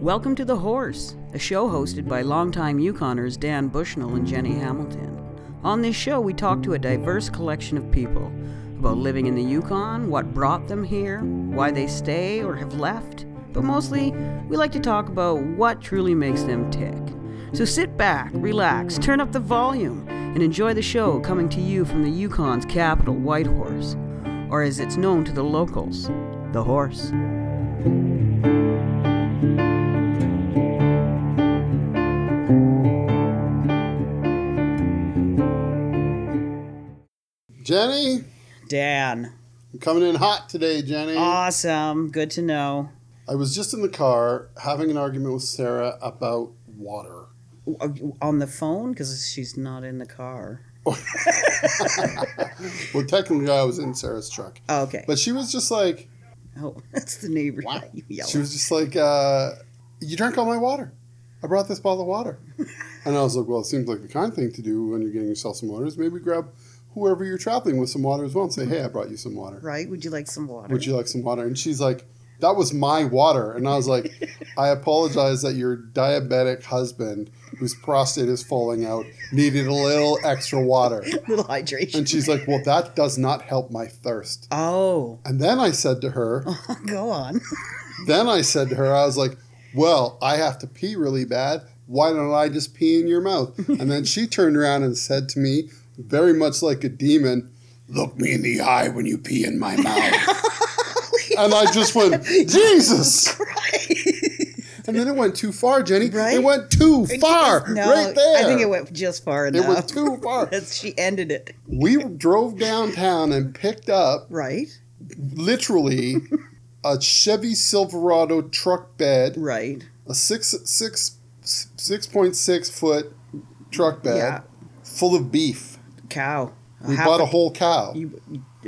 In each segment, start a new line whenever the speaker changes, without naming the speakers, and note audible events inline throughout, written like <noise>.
Welcome to The Horse, a show hosted by longtime Yukoners Dan Bushnell and Jenny Hamilton. On this show, we talk to a diverse collection of people about living in the Yukon, what brought them here, why they stay or have left, but mostly, we like to talk about what truly makes them tick. So sit back, relax, turn up the volume, and enjoy the show coming to you from the Yukon's capital, Whitehorse, or as it's known to the locals, the horse.
Jenny,
Dan,
you're coming in hot today, Jenny.
Uh, awesome. Good to know.
I was just in the car having an argument with Sarah about water.
uh, On the phone because she's not in the car.
Well, technically, I was in Sarah's truck,
Oh, okay.
but she was just like,
oh, <laughs> that's the neighbor.
"Wow."
<laughs> You yell.
She was just like, uh, "You drank all my water. I brought this bottle of water." and I was like, "Well, it seems like the kind thing to do when you're getting yourself some water is maybe grab whoever you're traveling with some water as well and say, "Hey, I brought you some water.
right? Would you like some water?
Would you like some water?" And she's like. That was my water. And I was like, I apologize that your diabetic husband, whose prostate is falling out, needed a little extra water.
<laughs> Little hydration.
And she's like, Well, that does not help my thirst.
oh,
And then I said to her,
go on. <laughs>
Then I said to her, I was like, Well, I have to pee really bad. Why don't I just pee in your mouth?
<laughs>
And then she turned around and said to me, very much like a demon, Look me in the eye when you pee in my
<laughs>
mouth. and I just went, Jesus. And then it went too far, Jenny.
Right?
It went too far.
No,
right there.
I think it went just far
It
enough.
was too
<laughs>
far.
That's- she ended it.
we drove downtown and picked up
Right?
literally
<laughs>
a Chevy Silverado truck bed,
Right.
a six six six point six foot truck bed
Yeah.
full of beef.
Cow.
We
half
bought a
a-
whole cow.
You,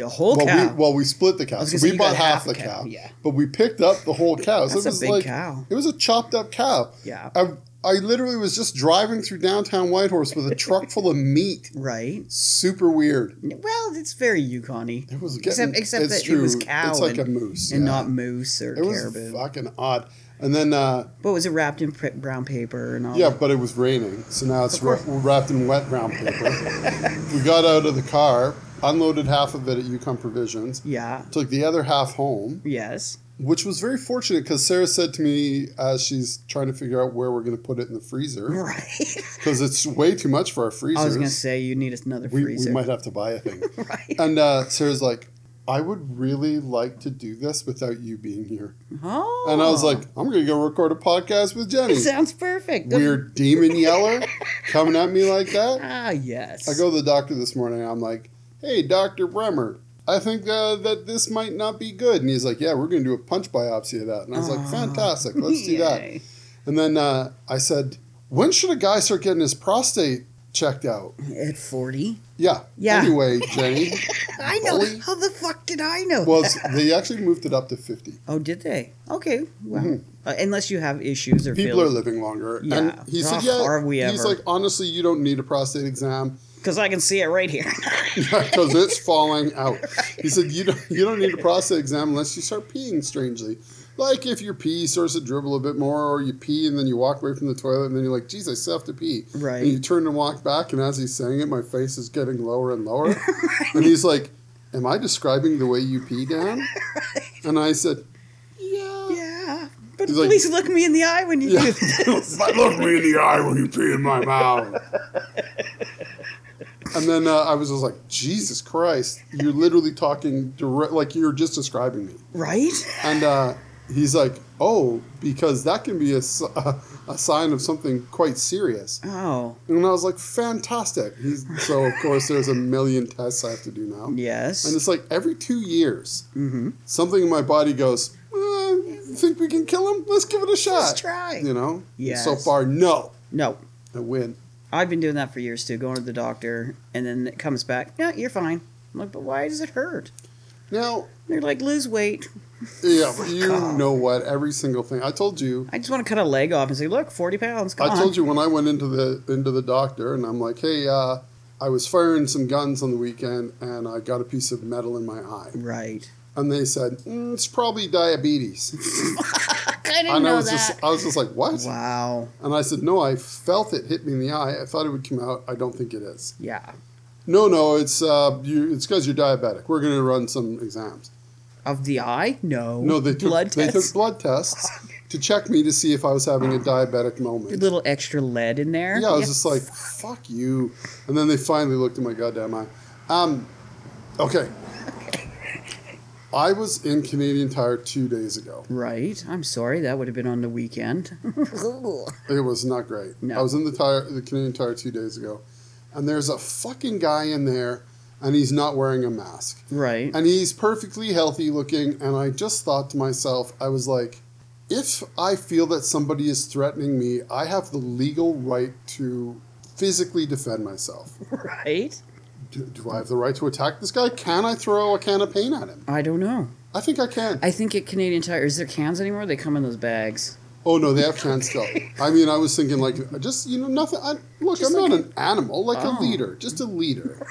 a whole
well,
cow.
we well we split the cow,
was
so
gonna say
we
you got
bought half the cow.
yeah.
But we picked up the whole cow. So
That's
it
a
was
big
like
cow.
it was a chopped up cow.
Yeah.
I, I literally was just driving through downtown Whitehorse with a truck full of meat.
right?
Super weird.
Well, it's very Yukon-y.
It was getting,
Except- except
it's
that it was
true.
cow
It's like
and-
a moose
and
yeah.
not moose or
It was
caribou.
fucking odd. And then, uh,
But was it wrapped in pri- brown paper and all?
yeah,
that?
but it was raining, so now it's
Of course.
wra- wrapped in wet brown paper. we got out of the car, unloaded half of it at Yukon Provisions,
Yeah.
took the other half home,
Yes. <laughs>
which was very fortunate because Sarah said to me as she's trying to figure out where we're going to put it in the freezer
Right.
because it's way too much for our freezers.
I was gonna say you need another
we, we
freezer.
might have to buy a thing.
<laughs> Right.
and uh, Sarah's like, I would really like to do this without you being here.
Oh.
<laughs> And I was like, I'm going to go record a podcast with Jenny.
it sounds perfect.
weird demon yeller coming at me like that.
Ah, yes.
I go to the doctor this morning. I'm like, hey, Dr. Bremer, I think uh, that this might not be good. And he's like, yeah, we're going to do a punch biopsy of that. And I was like, fantastic. Let's do that.
<laughs> Yay.
And then uh, I said, when should a guy start getting his prostate checked out?
At forty.
Yeah.
Yeah. <laughs>
Anyway, Jenny.
I know.
Holy-
How the fuck did I know?
Well,
that?
it's- they actually moved it up to 50.
oh, did they? Okay. Well, uh, unless you have issues or
Mm-hmm. People are living longer.
Yeah.
And he
Oh,
said, yeah.
are we
He's
ever.
like, honestly, you don't need a prostate exam.
because I can see it right here. <laughs>
because it's falling out. He said, "You don't you don't need a prostate exam unless you start peeing strangely, like if your pee starts to dribble a bit more, or you pee and then you walk away from the toilet, and then you're like, geez, I still have to pee."
Right.
And you turn and walk back, and as he's saying it, my face is getting lower and lower, and he's like, "Am I describing the way you pee, Dan?" And I said, "Yeah."
yeah. But
He's like-
please look me in the eye when you
Yeah.
do this. <laughs>
But look me in the eye when you pee in my mouth. and then uh, I was just like, Jesus Christ, you're literally talking direct, like you're just describing me.
right?
And uh, he's like, oh, because that can be a, s- <laughs> a- a sign of something quite serious.
Oh.
And I was like, fantastic. He's, so, of course, there's a million tests I have to do now.
Yes.
And it's like every two years,
Mm-hmm.
something in my body goes, eh, think we can kill him? Let's give it a shot.
try.
You know?
Yes.
So far, no.
no.
I win.
I've been doing that for years too, going to the doctor, and then it comes back. No, you're fine. I'm like, but why does it hurt?
Now,
They're like, lose weight.
yeah, but you
off.
know what? Every single thing. I told you.
I just want to cut a leg off and say, look, 40 pounds. Come
I
on.
told you when I went into the into the doctor, and I'm like, hey, uh, I was firing some guns on the weekend, and I got a piece of metal in my eye,
Right.
and they said mm, it's probably diabetes.
<laughs> I didn't
And I
know
was
that.
just, I was just like, what?
wow.
And I said, no, I felt it hit me in the eye. I thought it would come out. I don't think it is.
Yeah.
No, no, it's uh, you. It's because you're diabetic. We're going to run some exams.
Of the eye? No.
No, they took
blood
they
tests.
took blood tests to check me to see if I was having a diabetic
A
moment.
little extra lead in there.
Yeah, I was just like, fuck you. And then they finally looked at my goddamn eye. Um, okay.
<laughs>
I was in Canadian Tire two days ago.
Right. I'm sorry. That would have been on the
<laughs>
weekend.
It was not great.
No.
I was in the tire, the Canadian Tire two days ago, and there's a fucking guy in there, and he's not wearing a mask,
right.
and he's perfectly healthy looking, and I just thought to myself, I was like, if I feel that somebody is threatening me, I have the legal right to physically defend myself.
right.
Do, do I have the right to attack this guy? Can I throw a can of paint at him?
I don't know.
I think I can.
I think at Canadian Tire, is there cans anymore? They come in those bags.
Oh no, they have cans still. I mean, I was thinking like just you know nothing. I, look,
Just
I'm
like
not an animal, like
Oh.
a leader, just a leader.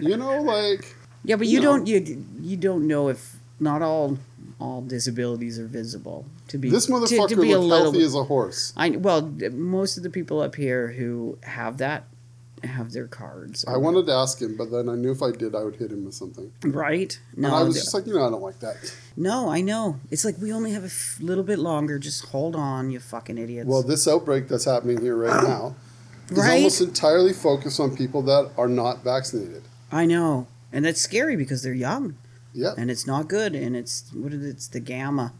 You know, like
Yeah, but you
No.
don't you you don't know if not all all disabilities are visible to be
this
to- to
motherfucker
be a
looked
little-
healthy as a horse.
I well, th- most of the people up here who have that have their cards.
I wanted to ask him, but then I knew if I did, I would hit him with something.
right? No,
and I was
th-
just like, you know, I don't like that.
no, I know. It's like we only have a f- little bit longer. Just hold on, you fucking idiots.
Well, this outbreak that's happening here right now is
Right?
almost entirely focused on people that are not vaccinated.
I know, and that's scary because they're young,
Yeah,
and it's not good. And it's what is it? it's the gamma,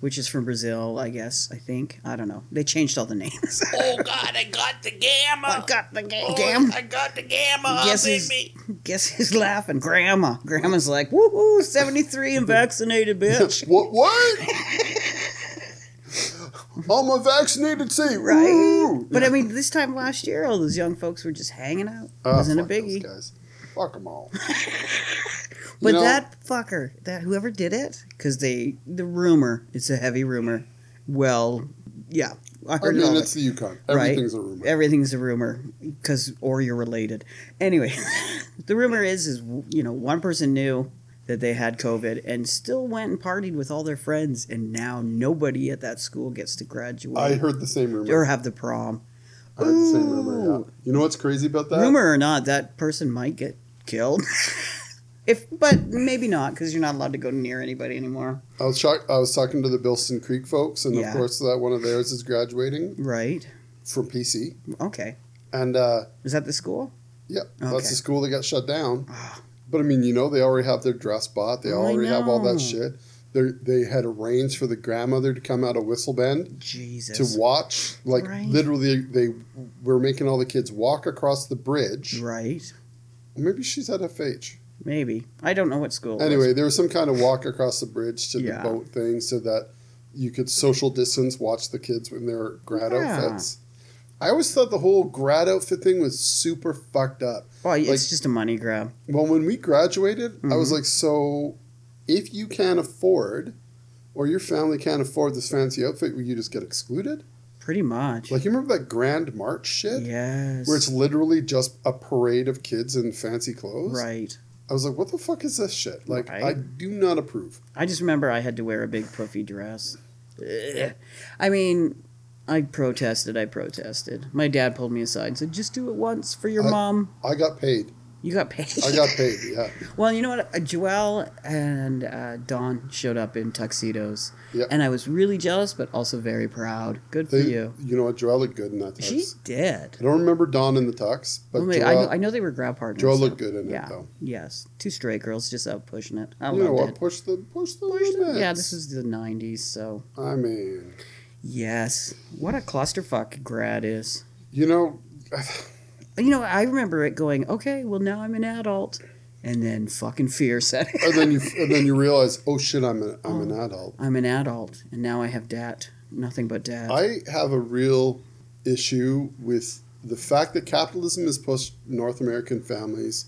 which is from Brazil, I guess. I think I don't know. They changed all the names. <laughs>
Oh God, I got the gamma.
I got the ga-
Oh,
gam.
I got the
Uh,
gamma
Guess
up
he's-
in me.
<laughs> Guess who's laughing? Grandma. Grandma's like, woohoo, 73
<laughs>
and vaccinated, bitch.
<laughs> what?
<laughs>
What? All my vaccinated say
Right.
Woo!
But I mean, this time last year, all those young folks were just hanging out.
Ah,
Wasn't a
fuck those
biggie.
guys. Fuck
<laughs>
them all.
But
You know-
that fucker, that whoever did it, because they, the rumor, it's a heavy rumor. Well, yeah, I
I
heard it
mean,
all.
it's the Yukon.
Right.
Everything's a rumor.
Everything's a rumor, because or you're related. Anyway, <laughs> the rumor is is you know one person knew that they had COVID and still went and partied with all their friends, and now nobody at that school gets to graduate
I heard the same rumor.
or have the prom.
I heard the same rumor. Yeah. You know what's crazy about that?
Rumor or not, that person might get killed. <laughs> if but maybe not, because you're not allowed to go near anybody anymore,
I was shocked. I was talking to the Bilston Creek folks, and
Yeah.
of course, that one of theirs is graduating
right?
from PC,
Okay,
and uh,
is that the school?
yeah,
Okay. Ah.
that's the school that got shut down. But I mean, you know, they already have their dress bought. They
Oh, I
already have all
know.
that shit. They they had arranged for the grandmother to come out of Whistle Bend
Jesus,
to watch. Like
Right.
literally, they were making all the kids walk across the bridge.
right?
Maybe she's at FH.
Maybe I don't know what school. it was.
Anyway, there was some kind of walk across the bridge to
Oh, Yeah.
the boat thing so that you could social distance, watch the kids in their grad
Yeah.
outfits. I always thought the whole grad outfit thing was super fucked up.
Well, it's
Like-
just a money grab.
Well, when we graduated, I
Mm-hmm.
was like, so if you can't afford or your family can't afford this fancy outfit, will you just get excluded?
Pretty much.
Like, you remember that Grand March shit?
yes.
Where it's literally just a parade of kids in fancy clothes.
right.
I was like, what the fuck is this shit? Like,
Right.
I do not approve.
I just remember I had to wear a big puffy dress. Ugh. I mean, I protested. I protested. My dad pulled me aside and said, "Just do it once for your
I-
mom.
I got paid.
You got paid."
I got paid, yeah.
<laughs> well, you know what? Uh, Joelle and uh, Dawn showed up in tuxedos,
Yeah.
and I was really jealous, but also very proud. Good for
They,
you.
you. know what? Joelle looked good in that tux.
She did.
I don't remember Dawn in the tux, but
Well,
Joelle,
wait, I, know, I know they were grab partners.
Joelle
so-
looked good in
Yeah.
it, though.
Yes. Two stray girls just out pushing it. I
you know
loved
what?
it.
Push the push the limits.
Yeah, this is the 90s, so.
I mean,
Yes. What a clusterfuck grad is.
you know,
You know, I remember it going, okay, well, now I'm an adult. And then fucking fear set in.
and
<laughs>
then you and then you realize, oh shit, I'm an I'm
<gasps>
an adult.
I'm an adult, and now I have debt. Nothing but debt.
I have a real issue with the fact that capitalism has pushed North American families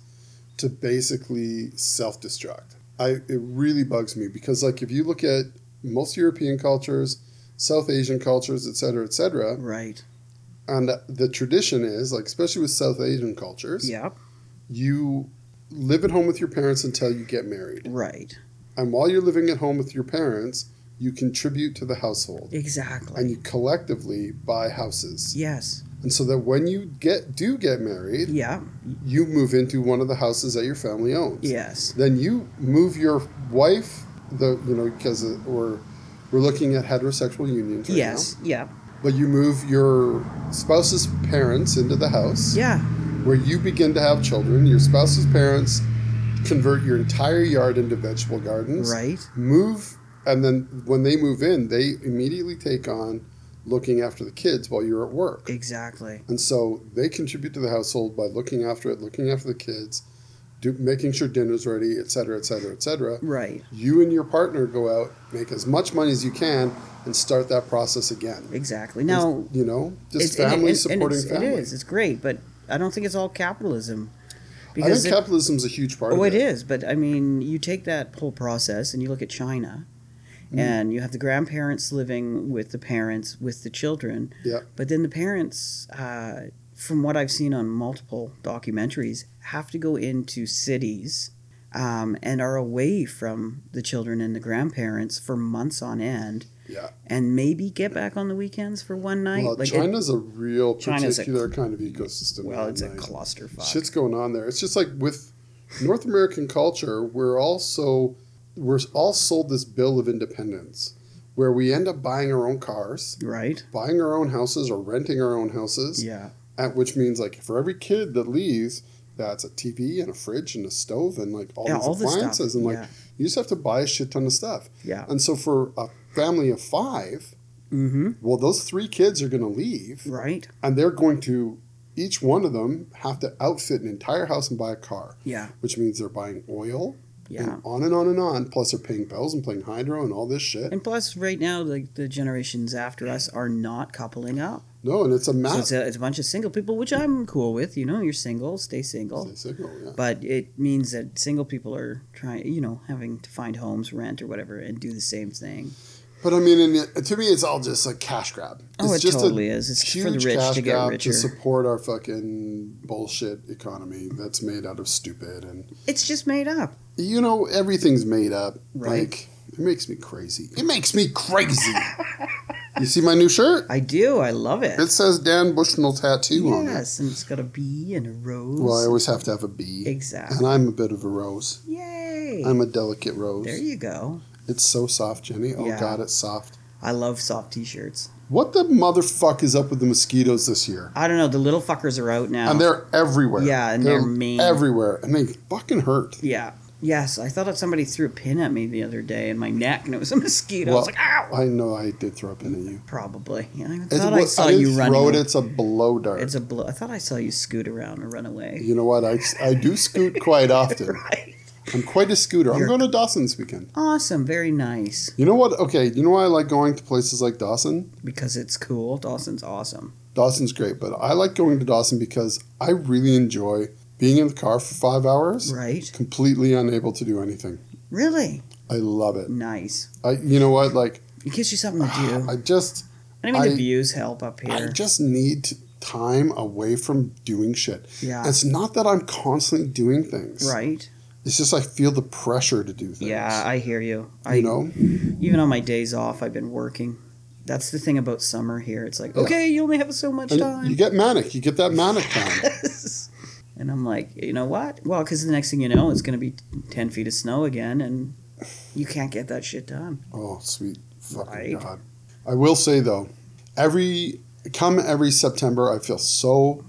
to basically self destruct. I it really bugs me because like if you look at most European cultures, South Asian cultures, et cetera, et cetera,
right.
and the tradition is like especially with South Asian cultures,
Yep.
you live at home with your parents until you get married.
Right.
And while you're living at home with your parents, you contribute to the household
Exactly.
and you collectively buy houses.
yes.
And so that when you get do get married,
Yeah.
you move into one of the houses that your family owns.
Yes.
Then you move your wife, the you know because we're we're looking at heterosexual unions right
yes. Yeah.
now. But you move your spouse's parents into the house
Yeah.
where you begin to have children. Your spouse's parents convert your entire yard into vegetable gardens.
Right.
Move, and then when they move in, they immediately take on looking after the kids while you're at work.
Exactly.
And so they contribute to the household by looking after it, looking after the kids, do, making sure dinner's ready, et cetera, et cetera, et cetera.
Right.
You and your partner go out, make as much money as you can, and start that process again.
Exactly. Now,
you know, just
and it-
family
and- and
supporting
it's-
family.
It is. It's great, but I don't think it's all capitalism.
I think
it-
capitalism's a huge part
Oh,
of
it is. But I mean, you take that whole process and you look at China,
Mm-hmm.
and you have the grandparents living with the parents with the children.
Yeah.
But then the parents, uh, from what I've seen on multiple documentaries, have to go into cities. Um, and are away from the children and the grandparents for months on end,
Yeah.
and maybe get back on the weekends for one night.
Well,
Like, it-
Uh, China's a real
China's a
particular kind of ecosystem.
well, it's a
man.
clusterfuck.
Shit's going on there. It's just like with North American culture, we're also we're all sold this bill of independence, where we end up buying our own cars,
right?
buying our own houses, or renting our own houses.
Yeah.
At which means like for every kid that leaves, that's a TV and a fridge and a stove and like all
Yeah,
these
all this stuff,
appliances and like
yeah.
you just have to buy a shit ton of stuff.
Yeah.
And so for a family of five,
Mm-hmm.
well, those three kids are going to leave
Right.
and they're going to each one of them have to outfit an entire house and buy a car,
Yeah.
which means they're buying oil
Yeah.
and on and on and on. Plus, they're paying bills and playing hydro and all this shit.
And plus, right now, like the generations after us are not coupling up.
no, and it's
So
a mess.
it's a, it's a bunch of single people, which I'm cool with. You know, you're single, stay single.
They signal, yeah.
But it means that single people are trying, you know, having to find homes, rent, or whatever, and do the same thing.
But I mean, in it, to me, it's all just a cash grab.
Oh,
it's
it
just
totally is. It's for the rich to get richer.
to support our fucking bullshit economy that's made out of stupid and
It's just made up.
you know everything's made up.
Right.
Like, it makes me crazy. It makes me crazy. <laughs> you see my new shirt?
I do. I love it.
It says Dan Bushnell tattoo on it.
yes, and it's got a bee and a rose.
Well, I always have to have a bee.
exactly.
And I'm a bit of a rose.
Yay!
I'm a delicate rose.
there you go.
It's so soft, Jenny. Oh,
Yeah.
God, it's soft.
I love soft T-shirts.
What the motherfuck is up with the mosquitoes this year?
I don't know. The little fuckers are out now.
And they're everywhere.
Yeah, and they're mean.
Everywhere. And they fucking hurt.
Yeah. Yes, I thought that somebody threw a pin at me the other day in my neck, and it was a mosquito. I was like, "Ow!"
I know I did throw up into you.
Probably. Yeah, I
It's-
thought I
well,
saw
I didn't
you run.
throw it,
away.
it's a blow dart.
It's a blow. I thought I saw you scoot around or run away. <laughs>
you know what? I, I do scoot quite often.
Right.
I'm quite a scooter. I'm
You're-
going to Dawson this weekend.
Awesome. Very nice.
You know what? Okay, you know why I like going to places like Dawson?
Because it's cool. Dawson's awesome.
Dawson's great, but I like going to Dawson because I really enjoy being in the car for five hours,
Right.
completely unable to do anything.
Really
I love it.
nice.
I, you know what? Like,
It gives you something to do.
<sighs> I just,
I mean,
I-
the views help up
I
here.
just need time away from doing shit.
Yeah.
It's not that I'm constantly doing things.
Right.
It's just I feel the pressure to do things.
Yeah, I hear you. I
You know,
even on my days off, I've been working. That's the thing about summer here. It's like,
Yeah.
okay, you only have so much time.
and you get manic. You get that manic time.
<laughs> and I'm like, you know what? Well, because the next thing you know, it's going to be 10 feet of snow again, and you can't get that shit done.
oh, sweet fucking
Right.
god! I will say though, every come every September, I feel so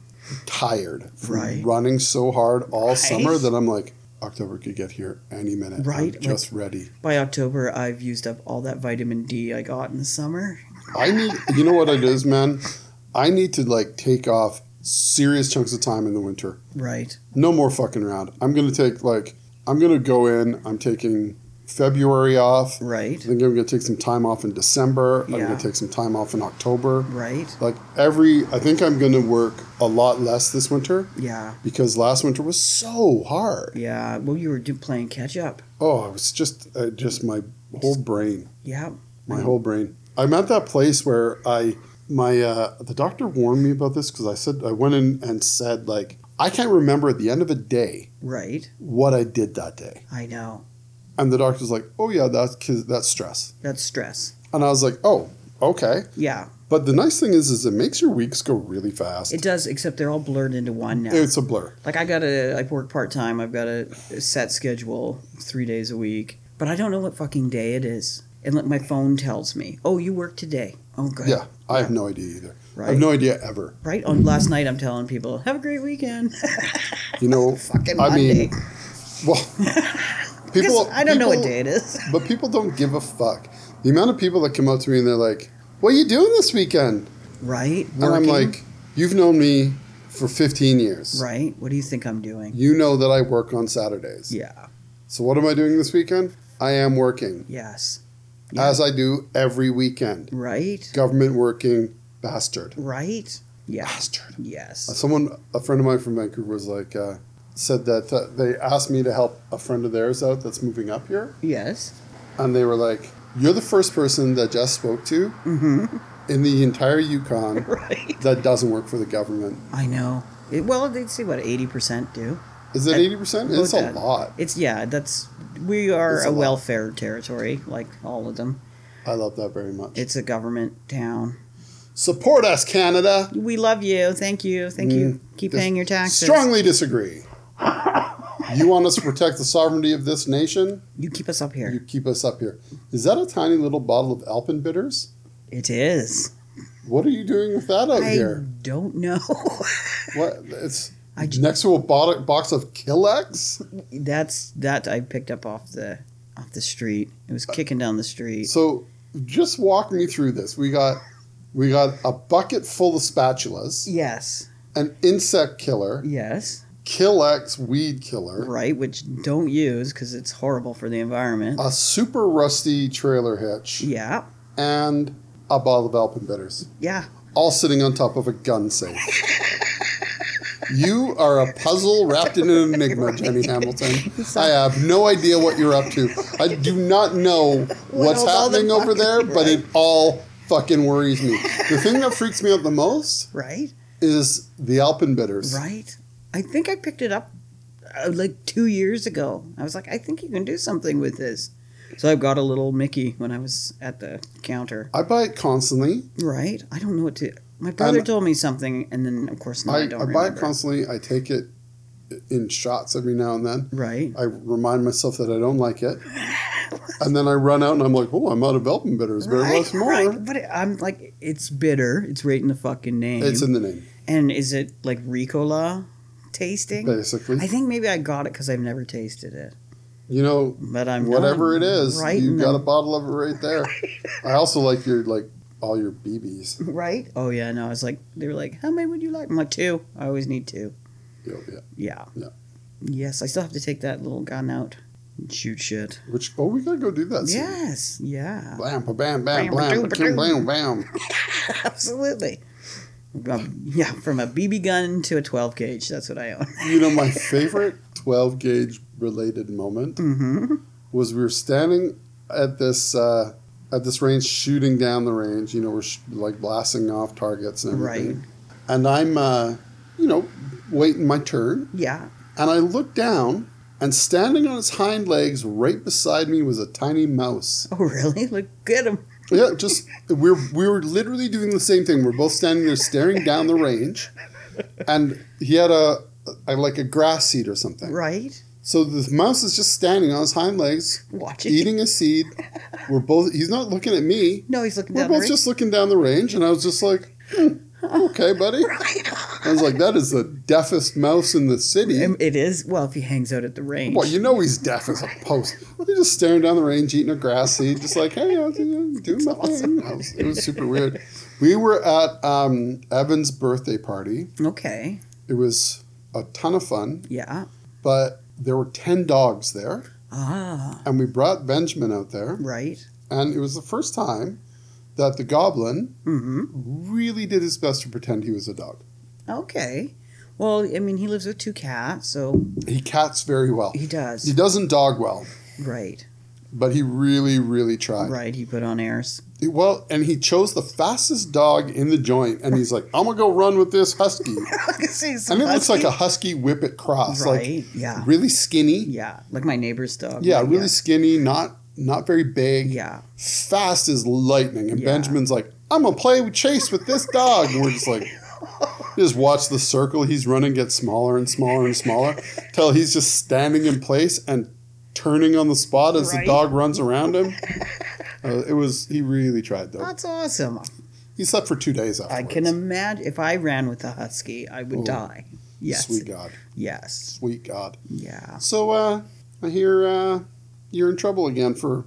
tired from
Right.
running so hard all
Right.
summer that I'm like, October could get here any minute.
Right,
I'm just ready.
By October, I've used up all that vitamin D I got in the summer.
I need. you know what it is, man? I need to like take off serious chunks of time in the winter.
Right.
No more fucking around. I'm gonna take like I'm gonna go in. I'm taking February off. I
Right.
think I'm gonna take some time off in December. I'm
Yeah.
gonna take some time off in October.
Right.
Like every, I think I'm gonna work a lot less this winter
Yeah.
because last winter was so hard.
Yeah. Well, you were do- playing catch up.
Oh, it was just uh, just my whole brain,
Yeah.
my whole brain. I'm at that place where I my uh, the doctor warned me about this because I said I went in and said like I can't remember at the end of a day
Right.
what I did that day,
I know.
And the doctor's like, oh, yeah, that's, 'cause that's stress.
That's stress.
And I was like, oh, okay.
Yeah,
But the nice thing is, is it makes your weeks go really fast.
it does. Except they're all blurred into one now.
It's a blur.
like I gotta, I work part time. I've got a set schedule, three days a week, but I don't know what fucking day it is. And like my phone tells me, "Oh, you work today." Oh, good.
Yeah, I have no idea either. I
Right.
have no idea ever.
Right on last night, I'm telling people, "Have a great weekend." <laughs>
You know,
fucking
I
Monday.
mean,
<laughs>
well, people.
I don't know what
people-
day it is. <laughs>
But people don't give a fuck. The amount of people that come up to me and they're like, "What are you doing this weekend?"
Right.
And I'm
Working?
like, "You've known me for 15 years.
right. What do you think I'm doing?
You know that I work on Saturdays.
Yeah.
So what am I doing this weekend? I am working,
Yes.
as I do every weekend.
Right.
Government working bastard.
Right. Yeah.
Bastard. Uh,
Yes.
Someone, a friend of mine from Vancouver, was like, uh, said that uh, they asked me to help a friend of theirs out that's moving up here,
Yes. <laughs>
and they were like, "You're the first person that Jess spoke to
Mm-hmm.
in the entire Yukon
<laughs> Right.
that doesn't work for the government."
I know. It, well, they'd say what eighty percent do.
Is that
I-
eighty percent? It's
About
a
that.
lot.
It's yeah. That's we are
It's a
a
lot.
welfare territory, like all of them.
I love that very much.
It's a government town.
Support us, Canada.
We love you. Thank you. Thank you. Keep
Dis-
paying your taxes.
Mm. Strongly
<laughs>
disagree. you want us to protect the sovereignty of this nation?
You keep us up
You
here.
keep us up here. Is that a tiny little bottle of Alpenbitters?
It is.
What are you doing with that out
I
here?
don't know. <laughs>
What it's
I j-
next to a bo- box of Killex.
That's that I picked up off the off the street. It was kicking down the street.
So just walk me through this. We got we got a bucket full of spatulas,
Yes.
an insect killer,
Yes.
Killex weed killer,
Right, which don't use because it's horrible for the environment.
a super rusty trailer hitch,
yeah.
and a bottle of Alpenbitters,
Yeah.
all sitting on top of a gun
<laughs>
safe. You are a puzzle wrapped in an enigma, Jenny Hamilton. I have no idea what you're up to. I do not know what's
all the
happening over there,
fucking-
but it all fucking worries me. The thing that freaks me out the most
Right.
is the Alpenbitters.
Right. I think I picked it up uh, like two years ago. I was like, I think you can do something with this. So I got a little Mickey when I was at the counter.
I buy it constantly.
Right. I don't know what to. My brother
And-
told me something, and then of course now I,
I, I,
don't
buy it
remember.
constantly. I take it in shots every now and then.
right.
I remind myself that I don't
<laughs>
like it. and then I run out and I'm like, oh, I'm out of Alpenbitters. Better
Right,
have some more.
right. But I'm like, it's bitter. It's right in the fucking name.
It's in the name,
and is it like Ricola tasting?
basically.
I think maybe I got it because I've never tasted it.
you know,
But I'm
whatever
not
it is,
Right.
you
in the-
got a bottle of it
<laughs>
right there. I also like your like all your BBs.
right? Oh yeah, no, I was like, they were like, how many would you like? I'm like two. I always need two.
Yeah, yeah.
Yeah.
Yeah.
Yes, I still have to take that little gun out and shoot shit.
Which oh, we gotta go do that. soon.
Yes. Yeah.
Blam, ba bam, bam,
Bam,
blam,
ba-doo, ba-doo.
ba-kim, blam, bam.
Absolutely. Um, yeah, from a BB gun to a 12 gauge. That's what
<laughs>
I own.
You know, my favorite 12 gauge related moment
Mm-hmm.
was we were standing at this uh, at this range, shooting down the range. You know, we're sh- like blasting off targets and everything.
Right.
And I'm, uh, you know, waiting my turn.
Yeah.
and I looked down, and standing on its hind legs right beside me was a tiny mouse.
Oh, really? <laughs> Look, get him.
Yeah, just we were we were literally doing the same thing. We're both standing there staring down the range, and he had a, a like a grass seed or something.
Right?
So the mouse is just standing on his hind legs,
Watch it.
eating a seed. We're both. He's not looking at me.
No, he's looking
We're
down the
both
ring. <laughs>
just looking down the range, and I was just like, "Hmm, "Okay, buddy." I was like, "That is the deafest mouse in the city."
Um, It is. Well, if he hangs out at the range.
Well, you know he's deaf as a post. They're just staring down the range, eating a grass seed, just like, hey, I'm doing my thing. I was- It was super weird. We were at um, Evan's birthday party.
Okay.
It was a ton of fun,
Yeah.
but there were 10 dogs there,
Ah,
and we brought Benjamin out there.
right.
And it was the first time that the goblin
Mm-hmm.
really did his best to pretend he was a dog.
Okay. Well, I mean, he lives with two cats, so
He cats very well.
he does.
He doesn't dog well,
Right.
but he really, really tried.
Right. He put on airs. <laughs>
Well, and he chose the fastest dog in the joint, and he's like, "I'm gonna go run with this husky," and it looks like a husky whippet cross,
Right,
like
yeah.
really skinny, yeah,
yeah, like my neighbor's dog.
really skinny, not not very big,
Yeah.
fast as lightning. And
Yeah.
Benjamin's like, "I'm gonna play with chase with this dog," and we're just like, just watch the circle he's running get smaller and smaller and smaller, till he's just standing in place and turning on the spot as the
Right.
dog runs around him. Uh, it was he really tried though.
That's awesome.
He slept for two days afterwards.
I can imagine if I ran with a husky, I would die. Yes.
Sweet God.
Yes.
Sweet God.
Yeah.
So, uh, I hear uh, you're in trouble again for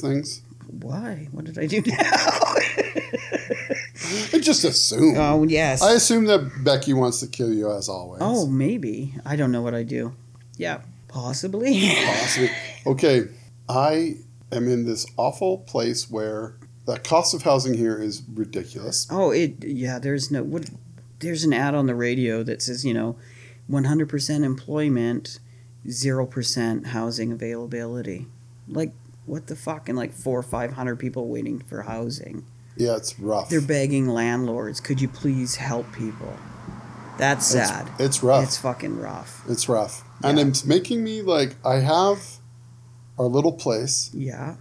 <gasps>
things.
Why? What did I do now? <laughs>
I just assume.
oh yes.
I assume that Becky wants to kill you as always.
oh maybe. I don't know what I do. Yeah. Possibly. <laughs>
Possibly. Okay. I am in this awful place where the cost of housing here is ridiculous.
Oh, it yeah. There's no what. There's an ad on the radio that says you know, 100% employment, zero percent housing availability. Like what the fuck? And like four or five hundred people waiting for housing.
Yeah, it's rough.
They're begging landlords, could you please help people? That's
It's-
sad.
It's, rough.
It's fucking rough.
it's rough. And
Yeah.
it's making me like, I have our little place.
Yeah.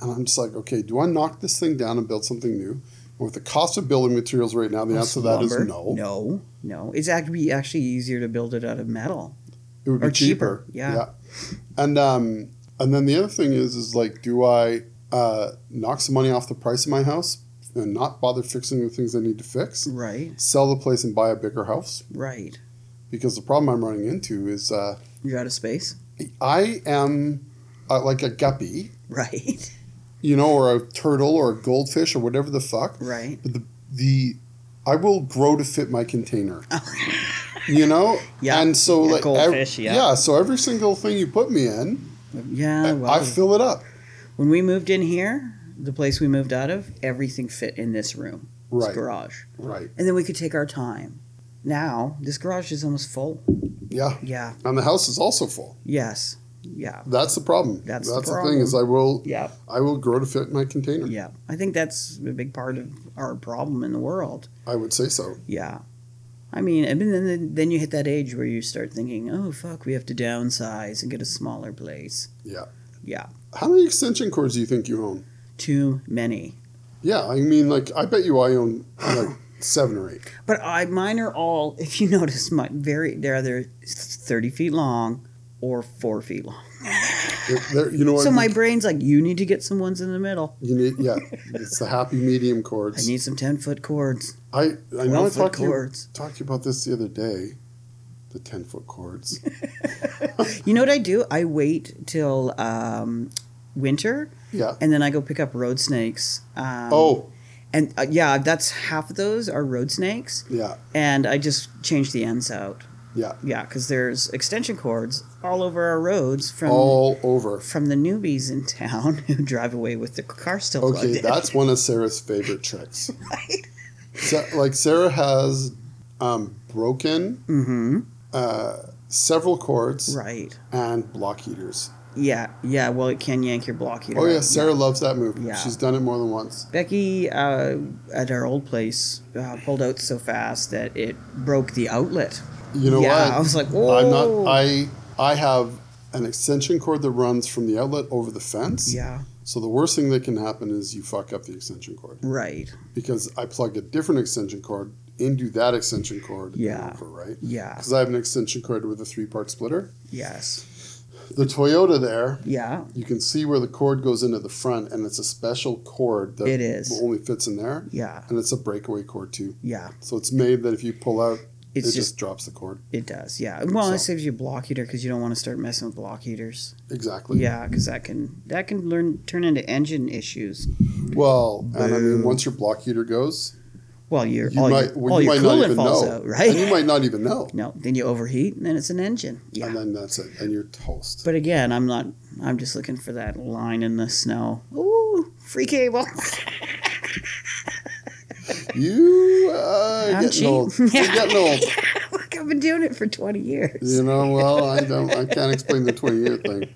And I'm just like, okay, do I knock this thing down and build something new? And with the cost of building materials right now, the answer to that is
Lumber.
no.
No. No. It's actually actually easier to build it out of metal.
It would be
Or
cheaper.
cheaper, yeah.
And um, and then the other thing is, is like, do I uh, knock some money off the price of my house and not bother fixing the things I need to fix?
Right.
Sell the place and buy a bigger house
Right.
because the problem I'm running into is uh,
You're out of space. <laughs>
I am uh, like a guppy,
Right.
you know, or a turtle or a goldfish or whatever the fuck.
Right.
But the the I will grow to fit my
<laughs>
container. you know?
Yeah.
And so
Yeah,
like
goldfish,
ev-
yeah.
so every single thing you put me in,
Yeah. Well,
I fill it up.
When we moved in here, the place we moved out of, everything fit in this room,
Right.
this garage.
Right.
And then we could take our time. Now, this garage is almost full.
Yeah.
Yeah.
And the house is also full.
Yes. Yeah.
That's the problem.
That's the
thing
problem.
is I will
Yeah.
I will grow to fit my container.
Yeah. I think that's a big part of our problem in the world.
I would say so.
Yeah. I mean, and then- then then you hit that age where you start thinking, "Oh fuck, we have to downsize and get a smaller place."
Yeah.
Yeah.
How many extension cords do you think you own?
Too many.
Yeah, I mean like I bet you I own
<sighs>
like seven or eight.
But I mine are all, <laughs> if you notice, my very they're either thirty feet long or four feet long.
They're- they're- you know what
So my brain's like, you need to get some ones in the middle.
you need yeah. It's the happy medium
I
cords.
need some ten foot cords.
I, I know I
12 foot
talked to, you,
cords.
talked to you about this the other day, the ten
<laughs>
foot cords.
You know what I do? I wait till um, winter,
Yeah.
and then I go pick up road snakes. Um,
oh
and uh, yeah, that's half of those are road snakes,
yeah
and I just change the ends out.
yeah,
Yeah, because there's extension cords all over our roads from
all over.
from the newbies in town <laughs> who drive away with the car still plugged
Okay,
in. <laughs>
that's one of Sarah's favorite tricks. Sa- like Sarah has um, broken uh, several cords
Mm-hmm. right.
and block heaters.
Yeah, yeah. Well, it can yank your block heater.
Oh yeah,
out.
Sarah loves that movie.
Yeah.
She's done it more than once.
Becky uh, at our old place uh, pulled out so fast that it broke the outlet.
You know
yeah,
what?
I was like, whoa.
I'm not. I I have an extension cord that runs from the outlet over the fence.
yeah,
So the worst thing that can happen is you fuck up the extension cord
right.
because I plugged a different extension cord into that extension cord. and
Yeah.
over, right.
Yeah,
Because I have an extension cord with a three-part splitter.
yes.
The Toyota there,
Yeah,
you can see where the cord goes into the front, and it's a special cord that
It is.
only fits in there,
yeah,
and it's a breakaway cord too.
yeah.
So it's made that if you pull out,
It's
it
just,
just drops the cord.
it does. Yeah. Well, it
So-
saves you a block heater because you don't want to start messing with block heaters.
Exactly.
Yeah, because that can that can learn turn into engine issues.
Well, and I mean,
Boo.
once your block heater goes,
Well, your
you
all
might
your,
well,
all
you
your
might not
coolant
even
falls
know,
out, right?
And you might not even know,
no, then you overheat and then it's an engine. Yeah.
and then that's it, and you're toast.
But again, I'm not. I'm just looking for that line in the snow. Ooh, free cable. <laughs>
You uh,
I'm
getting
cheap. <laughs>
old. You're getting old.
Look, I've been doing it for 20 years.
You know, well, I don't. I can't explain the twenty-year thing.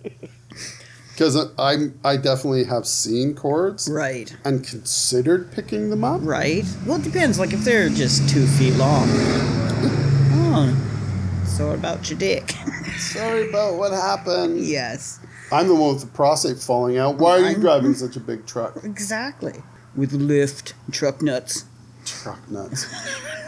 because I I definitely have seen cords
Right.
and considered picking them up.
Right. Well, it depends. Like if they're just two feet long. Oh. So what about your dick? <laughs>
Sorry about what happened.
yes.
I'm the one with the prostate falling out. Why are you
I'm-
driving such a big truck?
Exactly. With lift truck nuts. <laughs>
Truck nuts.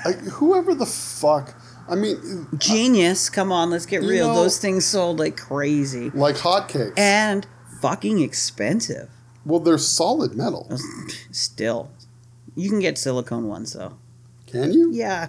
Like whoever the fuck. I mean,
Genius. Come on, let's get
You
real.
know-
Those things sold like crazy
like hotcakes.
and fucking expensive.
well, they're solid metal.
Still, you can get silicone ones though.
Can you?
Yeah,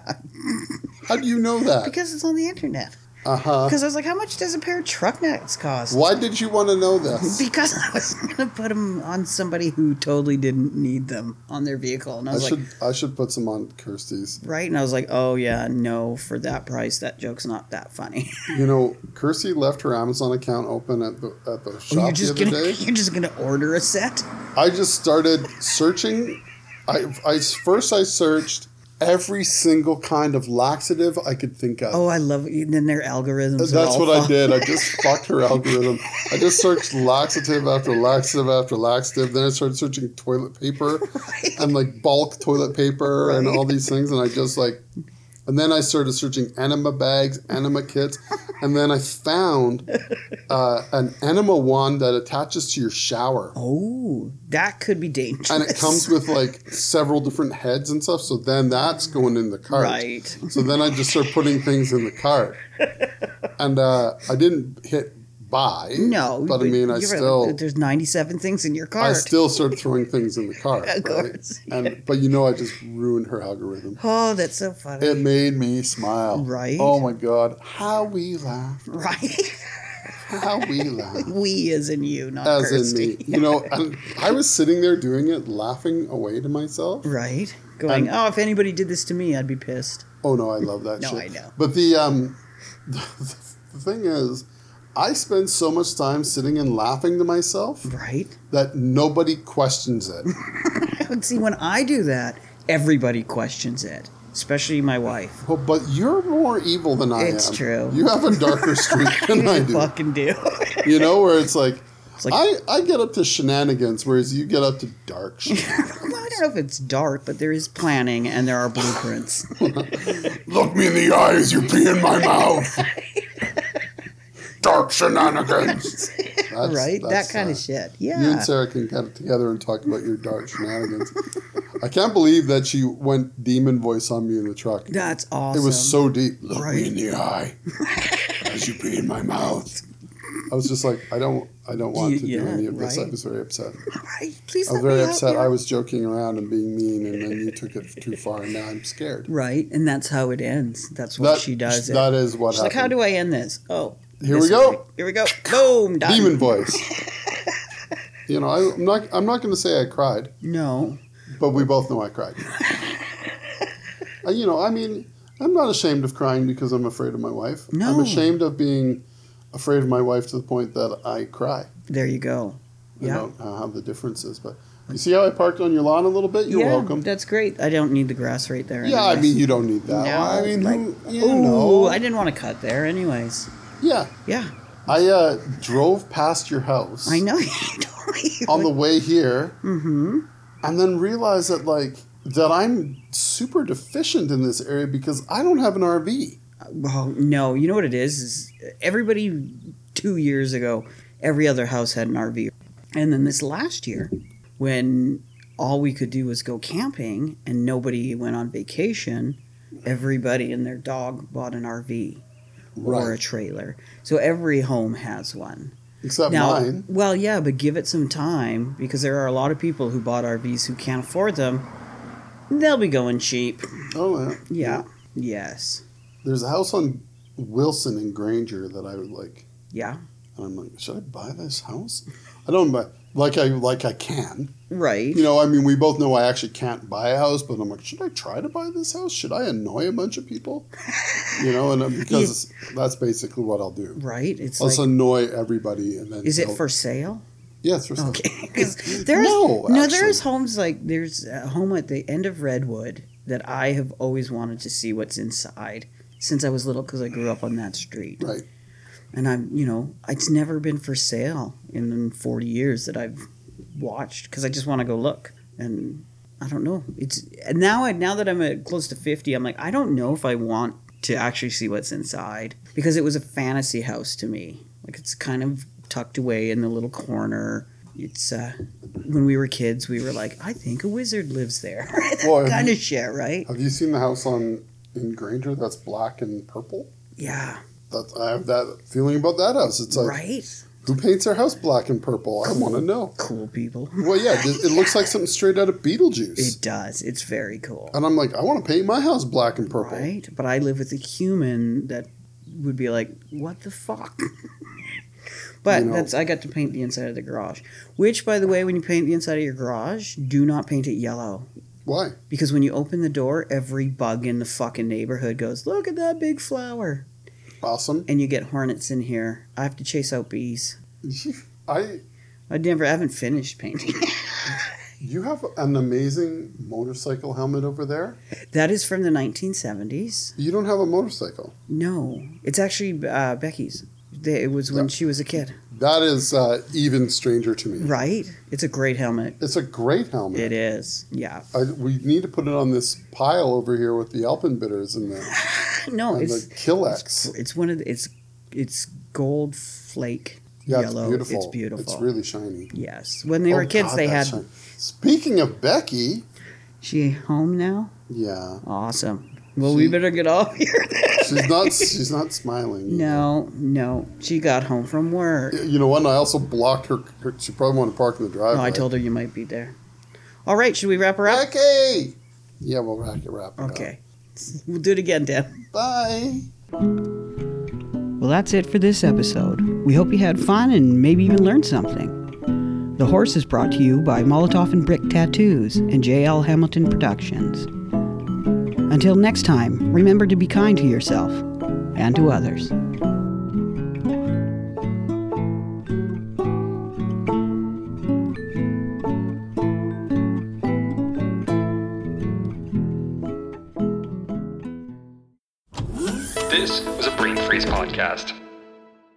How do you know that?
because it's on the internet.
Uh huh.
Because I was like, how much does a pair of truck nuts cost?
Why did you want to know this?
<laughs> Because I was gonna put them on somebody who totally didn't need them on their vehicle, and I
I
was like,
should I should put some on Kirsty's.
right, and I was like, oh yeah, no, for that price, that joke's not that funny. <laughs>
You know, Kirsty left her Amazon account open at the at the shop
you're
the
Oh, just
other
gonna,
day.
you're just gonna order a set.
I just started searching. I, I first I searched every single kind of laxative I could think of.
Oh, I love it. And then their algorithms. are
That's
all
what I
fun.
did. I just fucked her algorithm. I just searched laxative after laxative after laxative. Then I started searching toilet paper and like bulk toilet paper and all these things. And I just like, and then I started searching enema bags, enema kits. And then I found uh, an enema wand that attaches to your shower.
Oh, that could be dangerous.
And it
<laughs>
comes with like several different heads and stuff. So then that's going in the cart.
right.
So then I just start putting things in the cart, and uh, I didn't hit buy.
No,
but I mean,
you're
I
right,
still,
there's 97 things in your
I
cart.
still started throwing things in the cart.
Of
right?
course.
And but you know, I just ruined her algorithm.
oh, that's so funny.
It made me smile.
Right.
Oh my god, how we laugh,
<laughs> right.
how
<laughs>
we laugh.
we as in you, not
As
Kirsty.
in me, you know, and I was sitting there doing it, laughing away to myself.
Right. Going, oh, if anybody did this to me, I'd be pissed.
Oh no, I love that
No,
shit.
I know.
But the um <laughs> the, the thing is I spend so much time sitting and laughing to myself
Right.
that nobody
<laughs>
questions it.
And see, when I do that, everybody questions it, especially my wife.
But, but you're more evil than I
It's
am.
true.
You have a darker
<laughs>
streak than I do.
Fucking do. <laughs>
You know, where it's like,
like-
I, I get up to shenanigans, whereas you get up to dark
<laughs>
shit.
well, I don't know if it's dark, but there is planning and there are
<laughs>
blueprints.
Look me in the eyes, you pee in
<laughs>
my mouth. dark shenanigans.
<laughs>
That's-
right?
that's,
that kind
uh,
of shit. Yeah.
You and Sarah can get it together and talk about your dark shenanigans. I can't believe that she went demon voice on me in the truck.
That's
It
awesome.
was so deep. Look
Right.
me in the eye as you pee in my mouth. I was just like, I don't, I don't want
You-
to do
yeah,
any of this. I
right.
was very upset.
right. Please
I was
let me
very
help
upset.
you.
I was joking around and being mean, and then you took it too far, and now I'm scared.
Right, and that's how it ends. That's what
That-
she does.
That
it.
is what
She's like,
happened.
how do I end this? Oh,
Here we
this
go.
way. Here we go. Boom. Done.
Demon voice. you know, I, I'm not. I'm not going to say I cried.
No.
But we both know
<laughs>
I cried. Uh, you know, I mean, I'm not ashamed of crying because I'm afraid of my wife. I'm
No.
ashamed of being afraid of my wife to the point that I cry.
There you go.
I
Yeah.
don't know how the difference is, but you see how I parked on your lawn a little bit? You're
yeah,
welcome.
That's great. I don't need the grass right there.
yeah, I
anyways.
mean, you don't need that.
No,
I mean,
like-
who, you
Ooh,
know.
I didn't want to cut there, anyways.
yeah.
Yeah,
I uh, drove past your house
I know. <laughs> you totally
on the
would.
way here
Mm-hmm.
and then realized that, like, that I'm super deficient in this area because I don't have an RV.
Well, no, you know what it is? Is everybody two years ago, every other house had an RV, and then this last year, when all we could do was go camping and nobody went on vacation, everybody and their dog bought an RV or a
Right.
trailer. So every home has one.
Except
Now,
mine.
well, yeah, but give it some time because there are a lot of people who bought RVs who can't afford them. They'll be going cheap.
Oh, yeah.
Yeah. Yes.
There's a house on Wilson in Granger that I would like.
Yeah.
And I'm like, should I buy this house? I don't buy like I like I can.
Right.
You know, I mean, we both know I actually can't buy a house, but I'm like, should I try to buy this house? Should I annoy a bunch of people? You know, and
<laughs>
uh, because that's basically what I'll do.
Right? It's
Let's
like,
annoy everybody, and then
is it
they'll-
for sale?
Yeah, it's for sale.
Okay. 'Cause there's,
No,
no, there's
actually.
homes like, there's a home at the end of Redwood that I have always wanted to see what's inside since I was little because I grew up on that street.
Right.
and I'm, you know, it's never been for sale in, in 40 years that I've watched because I just want to go look. And I don't know. It's and now I now that I'm at close to 50, I'm like I don't know if I want to actually see what's inside because it was a fantasy house to me. Like it's kind of tucked away in the little corner. It's uh, when we were kids, we were like, I think a wizard lives there. <laughs>
Well, have
kind
you-
of shit, right?
Have you seen the house on in Granger that's black and purple?
Yeah,
That's I have that feeling about that house. It's like
right.
who paints their house black and purple? I want to know.
Cool
<laughs>
people.
Well, yeah, it, it looks like something straight out of Beetlejuice.
It does. It's very cool.
and I'm like, I want to paint my house black and purple.
Right? But I live with a human that would be like, what the fuck? <laughs> but
You know-
that's I got to paint the inside of the garage. Which by the way, when you paint the inside of your garage, do not paint it yellow.
Why?
Because when you open the door, every bug in the fucking neighborhood goes, Look at that big flower
Awesome.
and you get hornets in here. I have to chase out bees.
I
I never I haven't finished painting. <laughs>
you have an amazing motorcycle helmet over there.
that is from the nineteen seventies.
You don't have a motorcycle.
No. It's actually uh, Becky's. They- It was when she was a kid.
That is uh, even stranger to me.
Right? It's a great helmet.
It's a great helmet.
It is, yeah.
I, we need to put it on this pile over here with the Alpenbitters in there
No,
and
Oh, it's
the Killex.
it's one of the, it's it's gold flake
Yeah,
yellow.
it's beautiful.
It's beautiful.
It's really shiny.
yes. When they were
Oh,
kids,
God,
they had.
that's shiny. Speaking of Becky,
She home now.
yeah,
Awesome. Well, we
She-
better get off here. <laughs>
she's not. she's not smiling.
no, no. She got home from work.
either. You know what? and I also blocked her, her. She probably wanted to park in the driveway.
No, Oh, I told her you might be there. All right, should we wrap her up?
Becky. Yeah, we'll rack it wrap. it up.
Okay. We'll do it again, Dan.
Bye.
Well, that's it for this episode. We hope you had fun and maybe even learned something. The Horse is brought to you by Molotov and Brick Tattoos and JL Hamilton Productions. Until next time, remember to be kind to yourself and to others.
This was a Brain Freeze podcast.